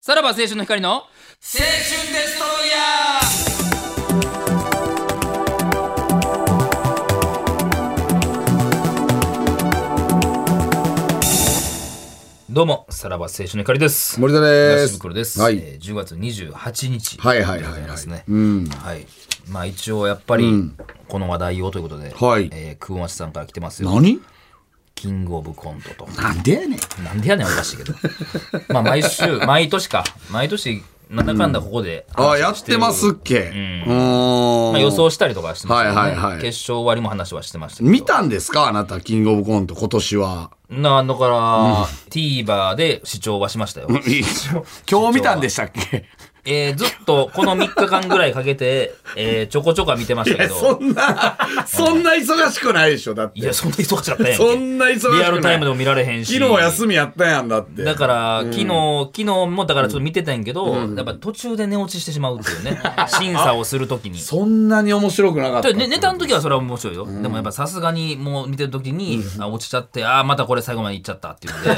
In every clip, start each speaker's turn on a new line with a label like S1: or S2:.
S1: さらば青春の光の青
S2: 春デストロイヤ
S1: ーどうもさらば青春の光です
S2: 森田です
S1: 東袋です、
S2: はい
S1: えー10月28日
S2: はいはいはいはい
S1: でござますね
S2: うん
S1: はいまあ一応やっぱり、この話題をということで、
S2: はい
S1: えー、クオンアチさんから来てますよ
S2: 何
S1: キングオブコントと
S2: なんでやねん。
S1: なんでやねんおかしいけどまあ毎週毎年か毎年なんだかんだここで、
S2: あ、やってますっけ。う
S1: まあ、
S2: ーん。
S1: 予想したりとかはしてますけど、ね
S2: はいはいはい
S1: 決勝終わりも話はしてましたけど
S2: 見たんですかあなた、キングオブコント、今年は。
S1: なだから TVer で視聴はしましたよ
S2: 今日見たんでしたっけ
S1: えーずっとこの3日間ぐらいかけて、えーちょこちょこは見てましたけど、
S2: そんな、そんな忙しくないでしょ、だっ
S1: い
S2: て。
S1: や、そんな忙しかったやんけ。
S2: そんな忙しくない
S1: リアルタイムでも見られへんし。
S2: 昨日休みやったやんだって。
S1: だから、昨日、昨日もだからちょっと見てたんやけど、やっぱ途中で寝落ちしてしまうっていう ね。審査をするときに。
S2: そんなに面白くなかった。
S1: でね、ネタの時はそれは面白いよ。でもやっぱさすがにもう見てる時に、あ落ちちゃって、ああ、またこれ最後までいっちゃったって いうので、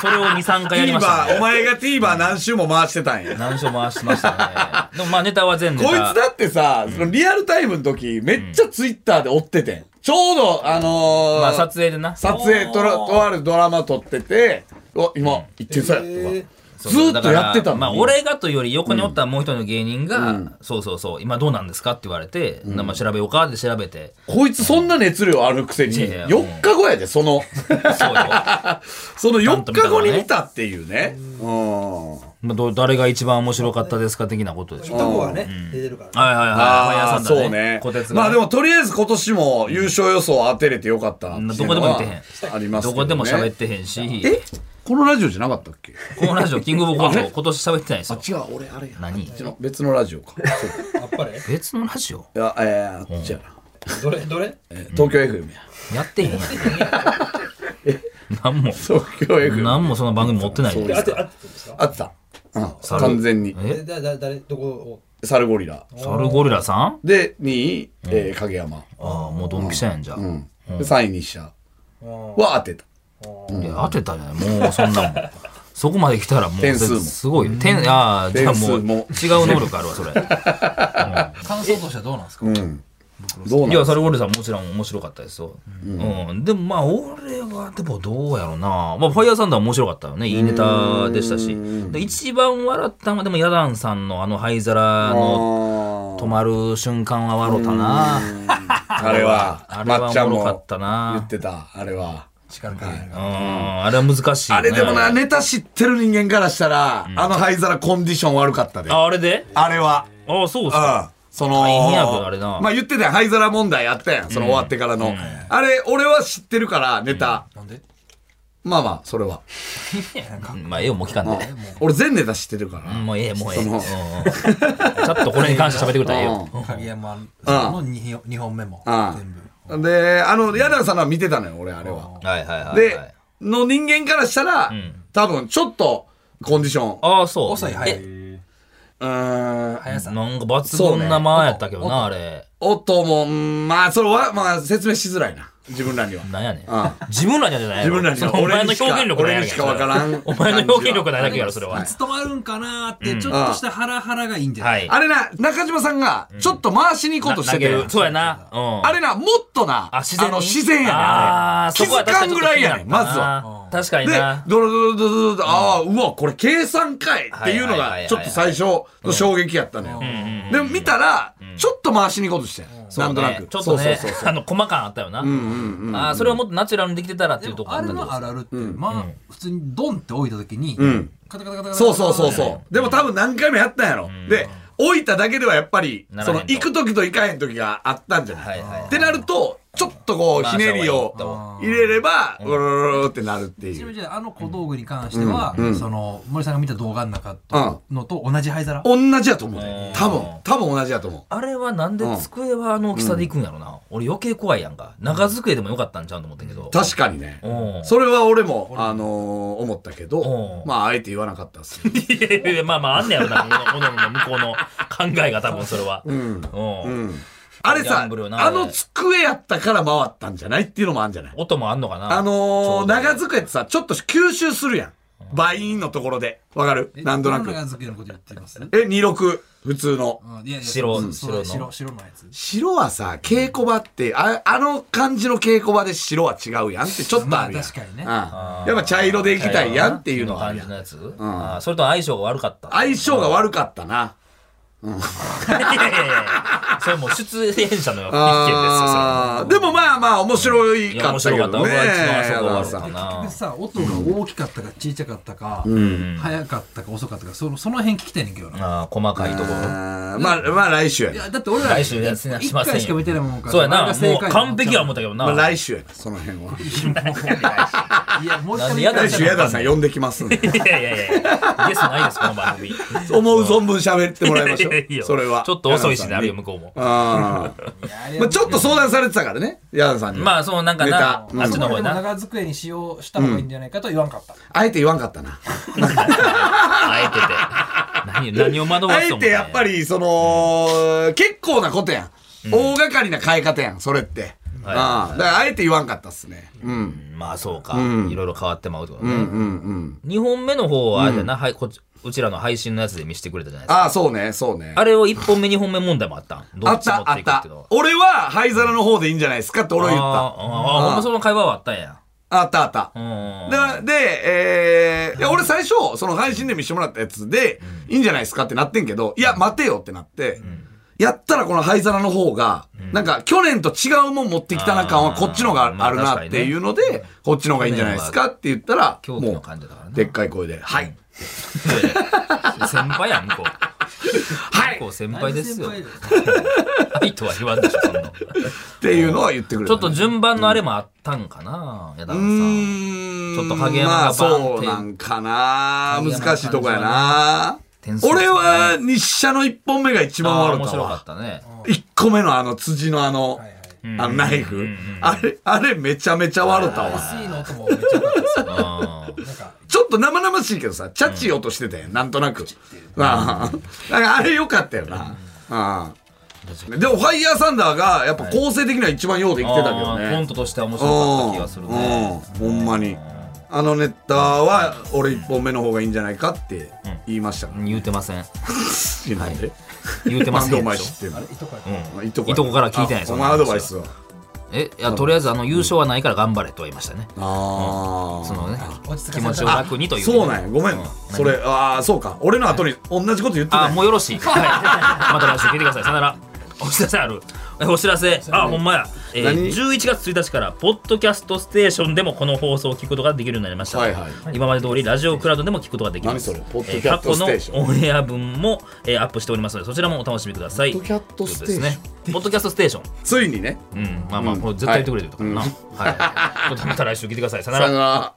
S1: それを2、3回やりました、
S2: TVer、お
S1: ね。
S2: 前が TVer 何週も回してたんや。
S1: 難所回してましたね。でもまあネタは全ネタ。
S2: こいつだってさ、そのリアルタイムの時、めっちゃツイッターで追っててん。ちょうど、あのー
S1: まあ撮影でな。
S2: 撮影とら、とあるドラマ撮ってて、お、今、一点差やったわ。ずーっとやってた
S1: だ
S2: の
S1: から
S2: に。
S1: まあ、俺がというより横におったもう一人の芸人が、そうそうそう今どうなんですかって言われて、なまあ調べようかって調べて、
S2: こいつそんな熱量あるくせに、
S1: いやいや
S2: 4日後やで、その、
S1: そう よ、ま
S2: その4
S1: と見た
S2: 日
S1: の
S2: 後
S1: ね
S2: に見たっていうね。うん。
S1: あ、ど誰が一番面白かったですか的なことでしょ、
S3: とこがね、出てるから。
S1: はいはいはい
S2: ああ、
S1: パン屋さん
S2: そう
S1: だね
S2: ね
S1: こてつ。が
S2: まあでも、とりあえず今年も優勝予想当てれてよかった。
S1: どこでも言ってへん
S2: あります
S1: ど
S2: け
S1: こ
S2: ね
S1: でも喋っ。てへんし、
S2: えこのラジオじゃなかったっけ
S1: このラ ジオキングオブコント今年喋ってないですよ
S2: 違う、俺、あれや。
S1: 何
S2: うちの別のラジ オか。そう
S3: あっぱれ
S1: 別のラジオ
S2: いや、えー、あっちやな。
S3: どれどれ
S2: えー東京 FM や。
S1: やってへんやん何も
S2: 東京 FM。
S1: 何もその番組持ってないじゃないで
S3: あっ
S1: す
S3: て、
S1: か
S3: あってですか
S2: あった。うん、
S1: 猿
S2: 完全に。
S1: え
S3: え、だ、だ、誰、どこを
S2: サルゴリラ。
S1: サルゴリラさん
S2: で、2位、えー影山。
S1: ああもうドンピシャやんじゃあ、
S2: うん。で、3位、西社
S3: うん
S2: は当てた。
S1: いや当てたじゃないもうそんなもんそこまで来たらもう
S2: 点数も
S1: すごいよ点ああじゃあもう違
S2: 点数
S1: う
S2: も
S1: 能力あるわ それ
S3: 感想としてはどうなんですか
S2: うん。どう
S1: い
S2: な
S1: や
S2: の
S1: サルゴリラさんもちろん面白かったですよ、うんでもまあ俺はでもどうやろうなまあファイヤーサンダー面白かったよねいいネタでしたしで一番笑ったのはでもヤダンさんのあの灰皿の止まる瞬間は笑ったな
S2: あれは
S1: あ、れは
S2: まっちゃん
S1: おもろか
S2: も
S1: った
S2: 言
S1: な
S2: ってた、あれは。
S3: 力関係
S1: うんあれは難しいよ
S2: あ
S1: ね
S2: れでもな、ネタ知ってる人間からしたら、あの灰皿コンディション悪かったで。
S1: ああれで
S2: あれは。
S1: ああそうっすか
S2: うん。その、
S1: 大変やけどあれな
S2: まあ言ってたやん、灰皿問題やったやん、その終わってからの。あれ、俺は知ってるから、ネタ。
S3: なんで
S2: まあまあ、それは。
S1: うんまあ、ええよ、もう聞かんで。
S2: 俺全ネタ知ってるから。
S1: うんもうええ、もうええ。
S2: そ
S1: うんう
S2: の
S1: んちょっとこれに関して喋ってくれたらええよ。
S3: 影山さんの二本二本目も。
S2: あ
S3: 全部。
S2: あで、あの、矢田さんのは見てたのよ、俺、あれは。
S1: はいはいはいはい。
S2: で、の人間からしたら、多分、ちょっと、コンディション、う
S1: ああ、そう。
S3: 遅い、早
S1: え
S3: い。
S2: ーん、
S3: 速さ。
S1: なんか抜群な間やったけどな、あれ。
S2: 音も、うんまあ、それは、まあ、説明しづらいな。自分らには。
S1: なんやねん
S2: あ。
S1: 自分らにはじゃないやろ
S2: 自分らには
S1: そのお前の
S2: 俺にしか
S1: 表現力ないや
S2: 俺にしかわからん
S1: お前の表現力ないだけやろ、それは。
S3: 務まるんかなーって、ちょっとしたハラハラがいいんじゃな
S1: はいい。
S2: あれな、中島さんが、ちょっと回しに行こうとしてて、
S1: な投げるそうやな。うん。
S2: あれな、もっとな、
S1: あ、自然に。
S2: の、自然やねん
S1: あ
S2: あ
S1: あ、
S2: れ。気
S1: そこは
S2: づ
S1: 確か
S2: かん
S1: にちょっ
S2: ぐ
S1: と
S2: らい
S1: 気にな
S2: や
S1: っ
S2: ね
S1: た
S2: ん、
S1: な
S2: まずは。。
S1: 確かに
S2: で
S1: な、。
S2: ドロドロドロドロドロ、ああ、うわ、これ計算かいっていうの
S1: はいはいはいはい
S2: が、ちょっと最初の衝撃やったのよ。でも見たら、ちょっと回しに行こうとしてんなんとなく。
S1: ちょっとね
S2: そうそうそう、そ
S1: あ
S2: う。
S1: の、細かあったよな。ああ、それはもっとナチュラルにできてたらっていうとこ
S3: あ
S1: あっ
S3: れ
S1: たけど
S3: のあるあるって、まあ、普通にドンって置いたときに、カタカタカタカタ
S2: そうそうそうそう。でも多分何回もやったんやろ。で、置いただけではやっぱり
S1: な、らへ
S2: そ
S1: ん
S2: の
S1: と
S2: 行く時と行かへん時があったんじゃな
S1: はい
S2: い
S1: はいはい
S2: ってなると、ちょっとこう、ひねりを入れれば、うるーってなるってい
S3: ちなみ
S2: う。
S3: にじゃああの小道具に関しては、その森さんが見た動画の中とのと同じ灰皿
S2: 同じやと思うね。多分、多分同じやと思
S1: あれはなんで机はあの大きさでいくんやろな、俺余計怖いやんか長机でもよかったんちゃうと思ったけど
S2: う。確かにね。
S1: うん
S2: それは俺も、あのー、思ったけど
S1: う、ん
S2: まあ、あえて言わなかったっす ね。
S1: いやいやいやまあまああんねやろなおのおのの向こうの考えが多分それはうん、
S2: あれ
S1: ギャ
S2: さ、
S1: ンブルよな
S2: あの机やったから回ったんじゃないっていうのもあるんじゃない
S1: 音もあんのかな
S2: あのー、
S1: ちょうど
S2: 長机ってさ、ちょっと吸収するやん。バイーンのところで。わかる
S3: え
S2: なんとな
S3: ど
S2: く
S3: の。名付けのこと言ってます
S2: え、26。普通の。
S3: うんいやいや
S1: 白
S3: そうそう
S1: 白の
S3: 白白のやつ
S2: 白はさ、稽古場って、ああの感じの稽古場で白は違うやんってちょっと
S3: ま
S2: あ
S3: あ
S2: るやん。
S3: 確かにね
S2: うんやっぱ茶色でいきたいやんっていうのはあ
S1: 感
S2: るや
S1: じの
S2: ん。
S1: やつ、あーそれと相性が悪かった
S2: 相性が悪かったな。
S1: いやいやいやそれもう出演者の意見ですよそれ
S2: あーでもまあまあ面白い
S1: いや
S2: かっ
S1: 面
S2: たけ
S1: 白か
S2: ど
S1: った
S2: ね。
S1: 俺は一番
S2: 山
S1: あ
S2: 田
S1: そ
S2: さ
S1: こが悪か
S2: ん
S1: ったな
S3: でさ音が大きかったか小さかったか、早かったか遅かったかそのその辺聞きたいねんけどな
S1: あー細かいところ
S2: あーまあまあ来週や
S3: い
S2: な。
S3: やだって俺ら
S1: 来週やつにはし
S3: 一
S1: ませんよ
S3: 回しか見てないもんから
S1: そうやな
S3: あれが正
S1: もう
S3: 解
S1: 完璧や思ったけどな、
S2: まあ来週やな、その辺は。
S3: いやもう一
S1: なん
S3: 回
S1: でや
S3: 見た
S1: だ
S3: い
S2: 来週矢田さん呼んできますんで。
S1: いやいやいやいやゲスないですこの番組
S2: 思う存分喋ってもらいましょ
S1: いやいいよ
S2: う。それは。
S1: ちょっと遅いしねあ
S2: 矢
S1: る
S2: 田さんに
S1: よ向こうも
S2: あーまあちょっと相談されてたからね、矢田さんに。
S1: まあそのなんか
S2: ネ
S1: な
S2: タ
S1: あ
S2: うん
S1: っちの方
S3: で
S1: やな
S3: も長机に使用した方がいいんじゃないかとは言わんかった、
S2: あえて言わんかったな。
S1: あえてて何何を惑わ
S2: あ
S1: すと
S2: え
S1: 思った
S2: て
S1: んや
S2: やっぱり、その、結構なことやん。大掛かりな変え方やん、それって。
S1: はい
S2: ああだからあえて言わんかったっすね。うん。
S1: まあそうか、いろいろ変わってまうってこと
S2: う
S1: ね、
S2: んうんうん。
S1: 2本目の方はあれだな、はい、こっちうちらの配信のやつで見せてくれたじゃないですか
S2: ああ、そうね、そうね。
S1: あれを1本目2本目問題もあったんど
S2: あ
S1: っ
S2: っ
S1: ち持
S2: た、
S1: っ
S2: あ
S1: て
S2: っ
S1: いくったていうのは。
S2: 俺は灰皿の方でいいんじゃないですかって俺は言っ
S1: あ
S2: た。
S1: ーあーほんまその会話はあったんや
S2: あった、あった
S1: う。ん
S2: で、で、えーいや俺最初、その配信で見してもらったやつで、いいんじゃないですかってなってんけど、いや、待てよってなって、やったらこの灰皿の方が、なんか去年と違うもん持ってきたな感はこっちのがあるなっていうので、こっちの方がいいんじゃないですかって言ったら、
S1: 狂気の
S2: も
S1: 感じだから
S2: う、
S1: な
S2: でっかい声で、はい、
S1: 先輩やん向こう
S2: はい
S1: 向こう先輩ですよ
S3: だいぶ先
S1: はいとは言わんでしょそん な
S2: っていうのは言ってくれ
S1: ち
S2: た
S1: ょ
S2: ね。
S1: っと順番のあれもあったんかな矢田さ
S2: うー
S1: ん
S2: ん
S1: ちょっと影山が
S2: ま
S1: バン
S2: あ
S1: って
S2: そうなんかな
S1: 影山
S2: 難しいとこやな
S1: 感じはね
S2: 俺は日射の1本目が一番
S1: あー
S2: 悪
S1: 面
S2: かった
S1: 白かっ
S2: わ
S1: たね
S2: 1個目のあの辻のあの、
S3: はいはい
S2: あのナイフ、あれあれめちゃめちゃ悪かったわ
S3: SE の音もめっちゃ良かったです
S1: う
S3: よ
S1: ん
S3: なんか
S2: ちょっと生々しいけどさチャチい音してたやん、なんとなく、ああなんかあれよかったよな、ああでもファイヤーサンダーがやっぱ構成的には一番ようできてたけどね、
S1: あーコントとしては面白かった気がするね
S2: うんうんほんまにあのネタは俺1本目の方がいいんじゃないかって言いましたから
S1: 言うてません
S2: なんで
S1: 言うてま
S2: な
S1: せ
S2: ん
S1: んで
S2: でお
S1: しょ
S2: 前知ってんの
S3: いとこや
S2: うんいと
S1: いとこから聞いてない
S2: あ
S1: そ
S2: お
S1: んな
S2: 前
S1: 話
S2: アドバイスは
S1: えいやとりあえずあの優勝はないから頑張れとは言いましたね
S2: あ
S1: そのね
S3: 落ち着か
S1: 気持ち
S3: せた
S1: を楽にという
S2: そうなんやごめんなそれああそうか俺の後に同じこと言ってた
S1: あ
S2: んや
S1: もうよろしい。 はい。また来週聞いてください。さよなら。お知らせある。えお知らせ。あ、ほんまや。えー、
S2: 何
S1: 11月1日から、ポッドキャストステーションでもこの放送を聞くことができるようになりました。
S2: はいはい
S1: 今まで通り、ラジオクラウドでも聞くことができます。
S2: 何それポッドキャストステーション
S1: え過去のオンエア分も、えーアップしておりますので、そちらもお楽しみください。
S2: ポッドキャストステーショ
S1: と
S2: ン
S1: いうことですね。ポッドキャストステーション。
S2: ついにね
S1: うん。まあまあ、これ絶対言ってくれてるとかな。はい。また来週聞いてください。さよな
S2: さ
S1: ら
S2: よ。なら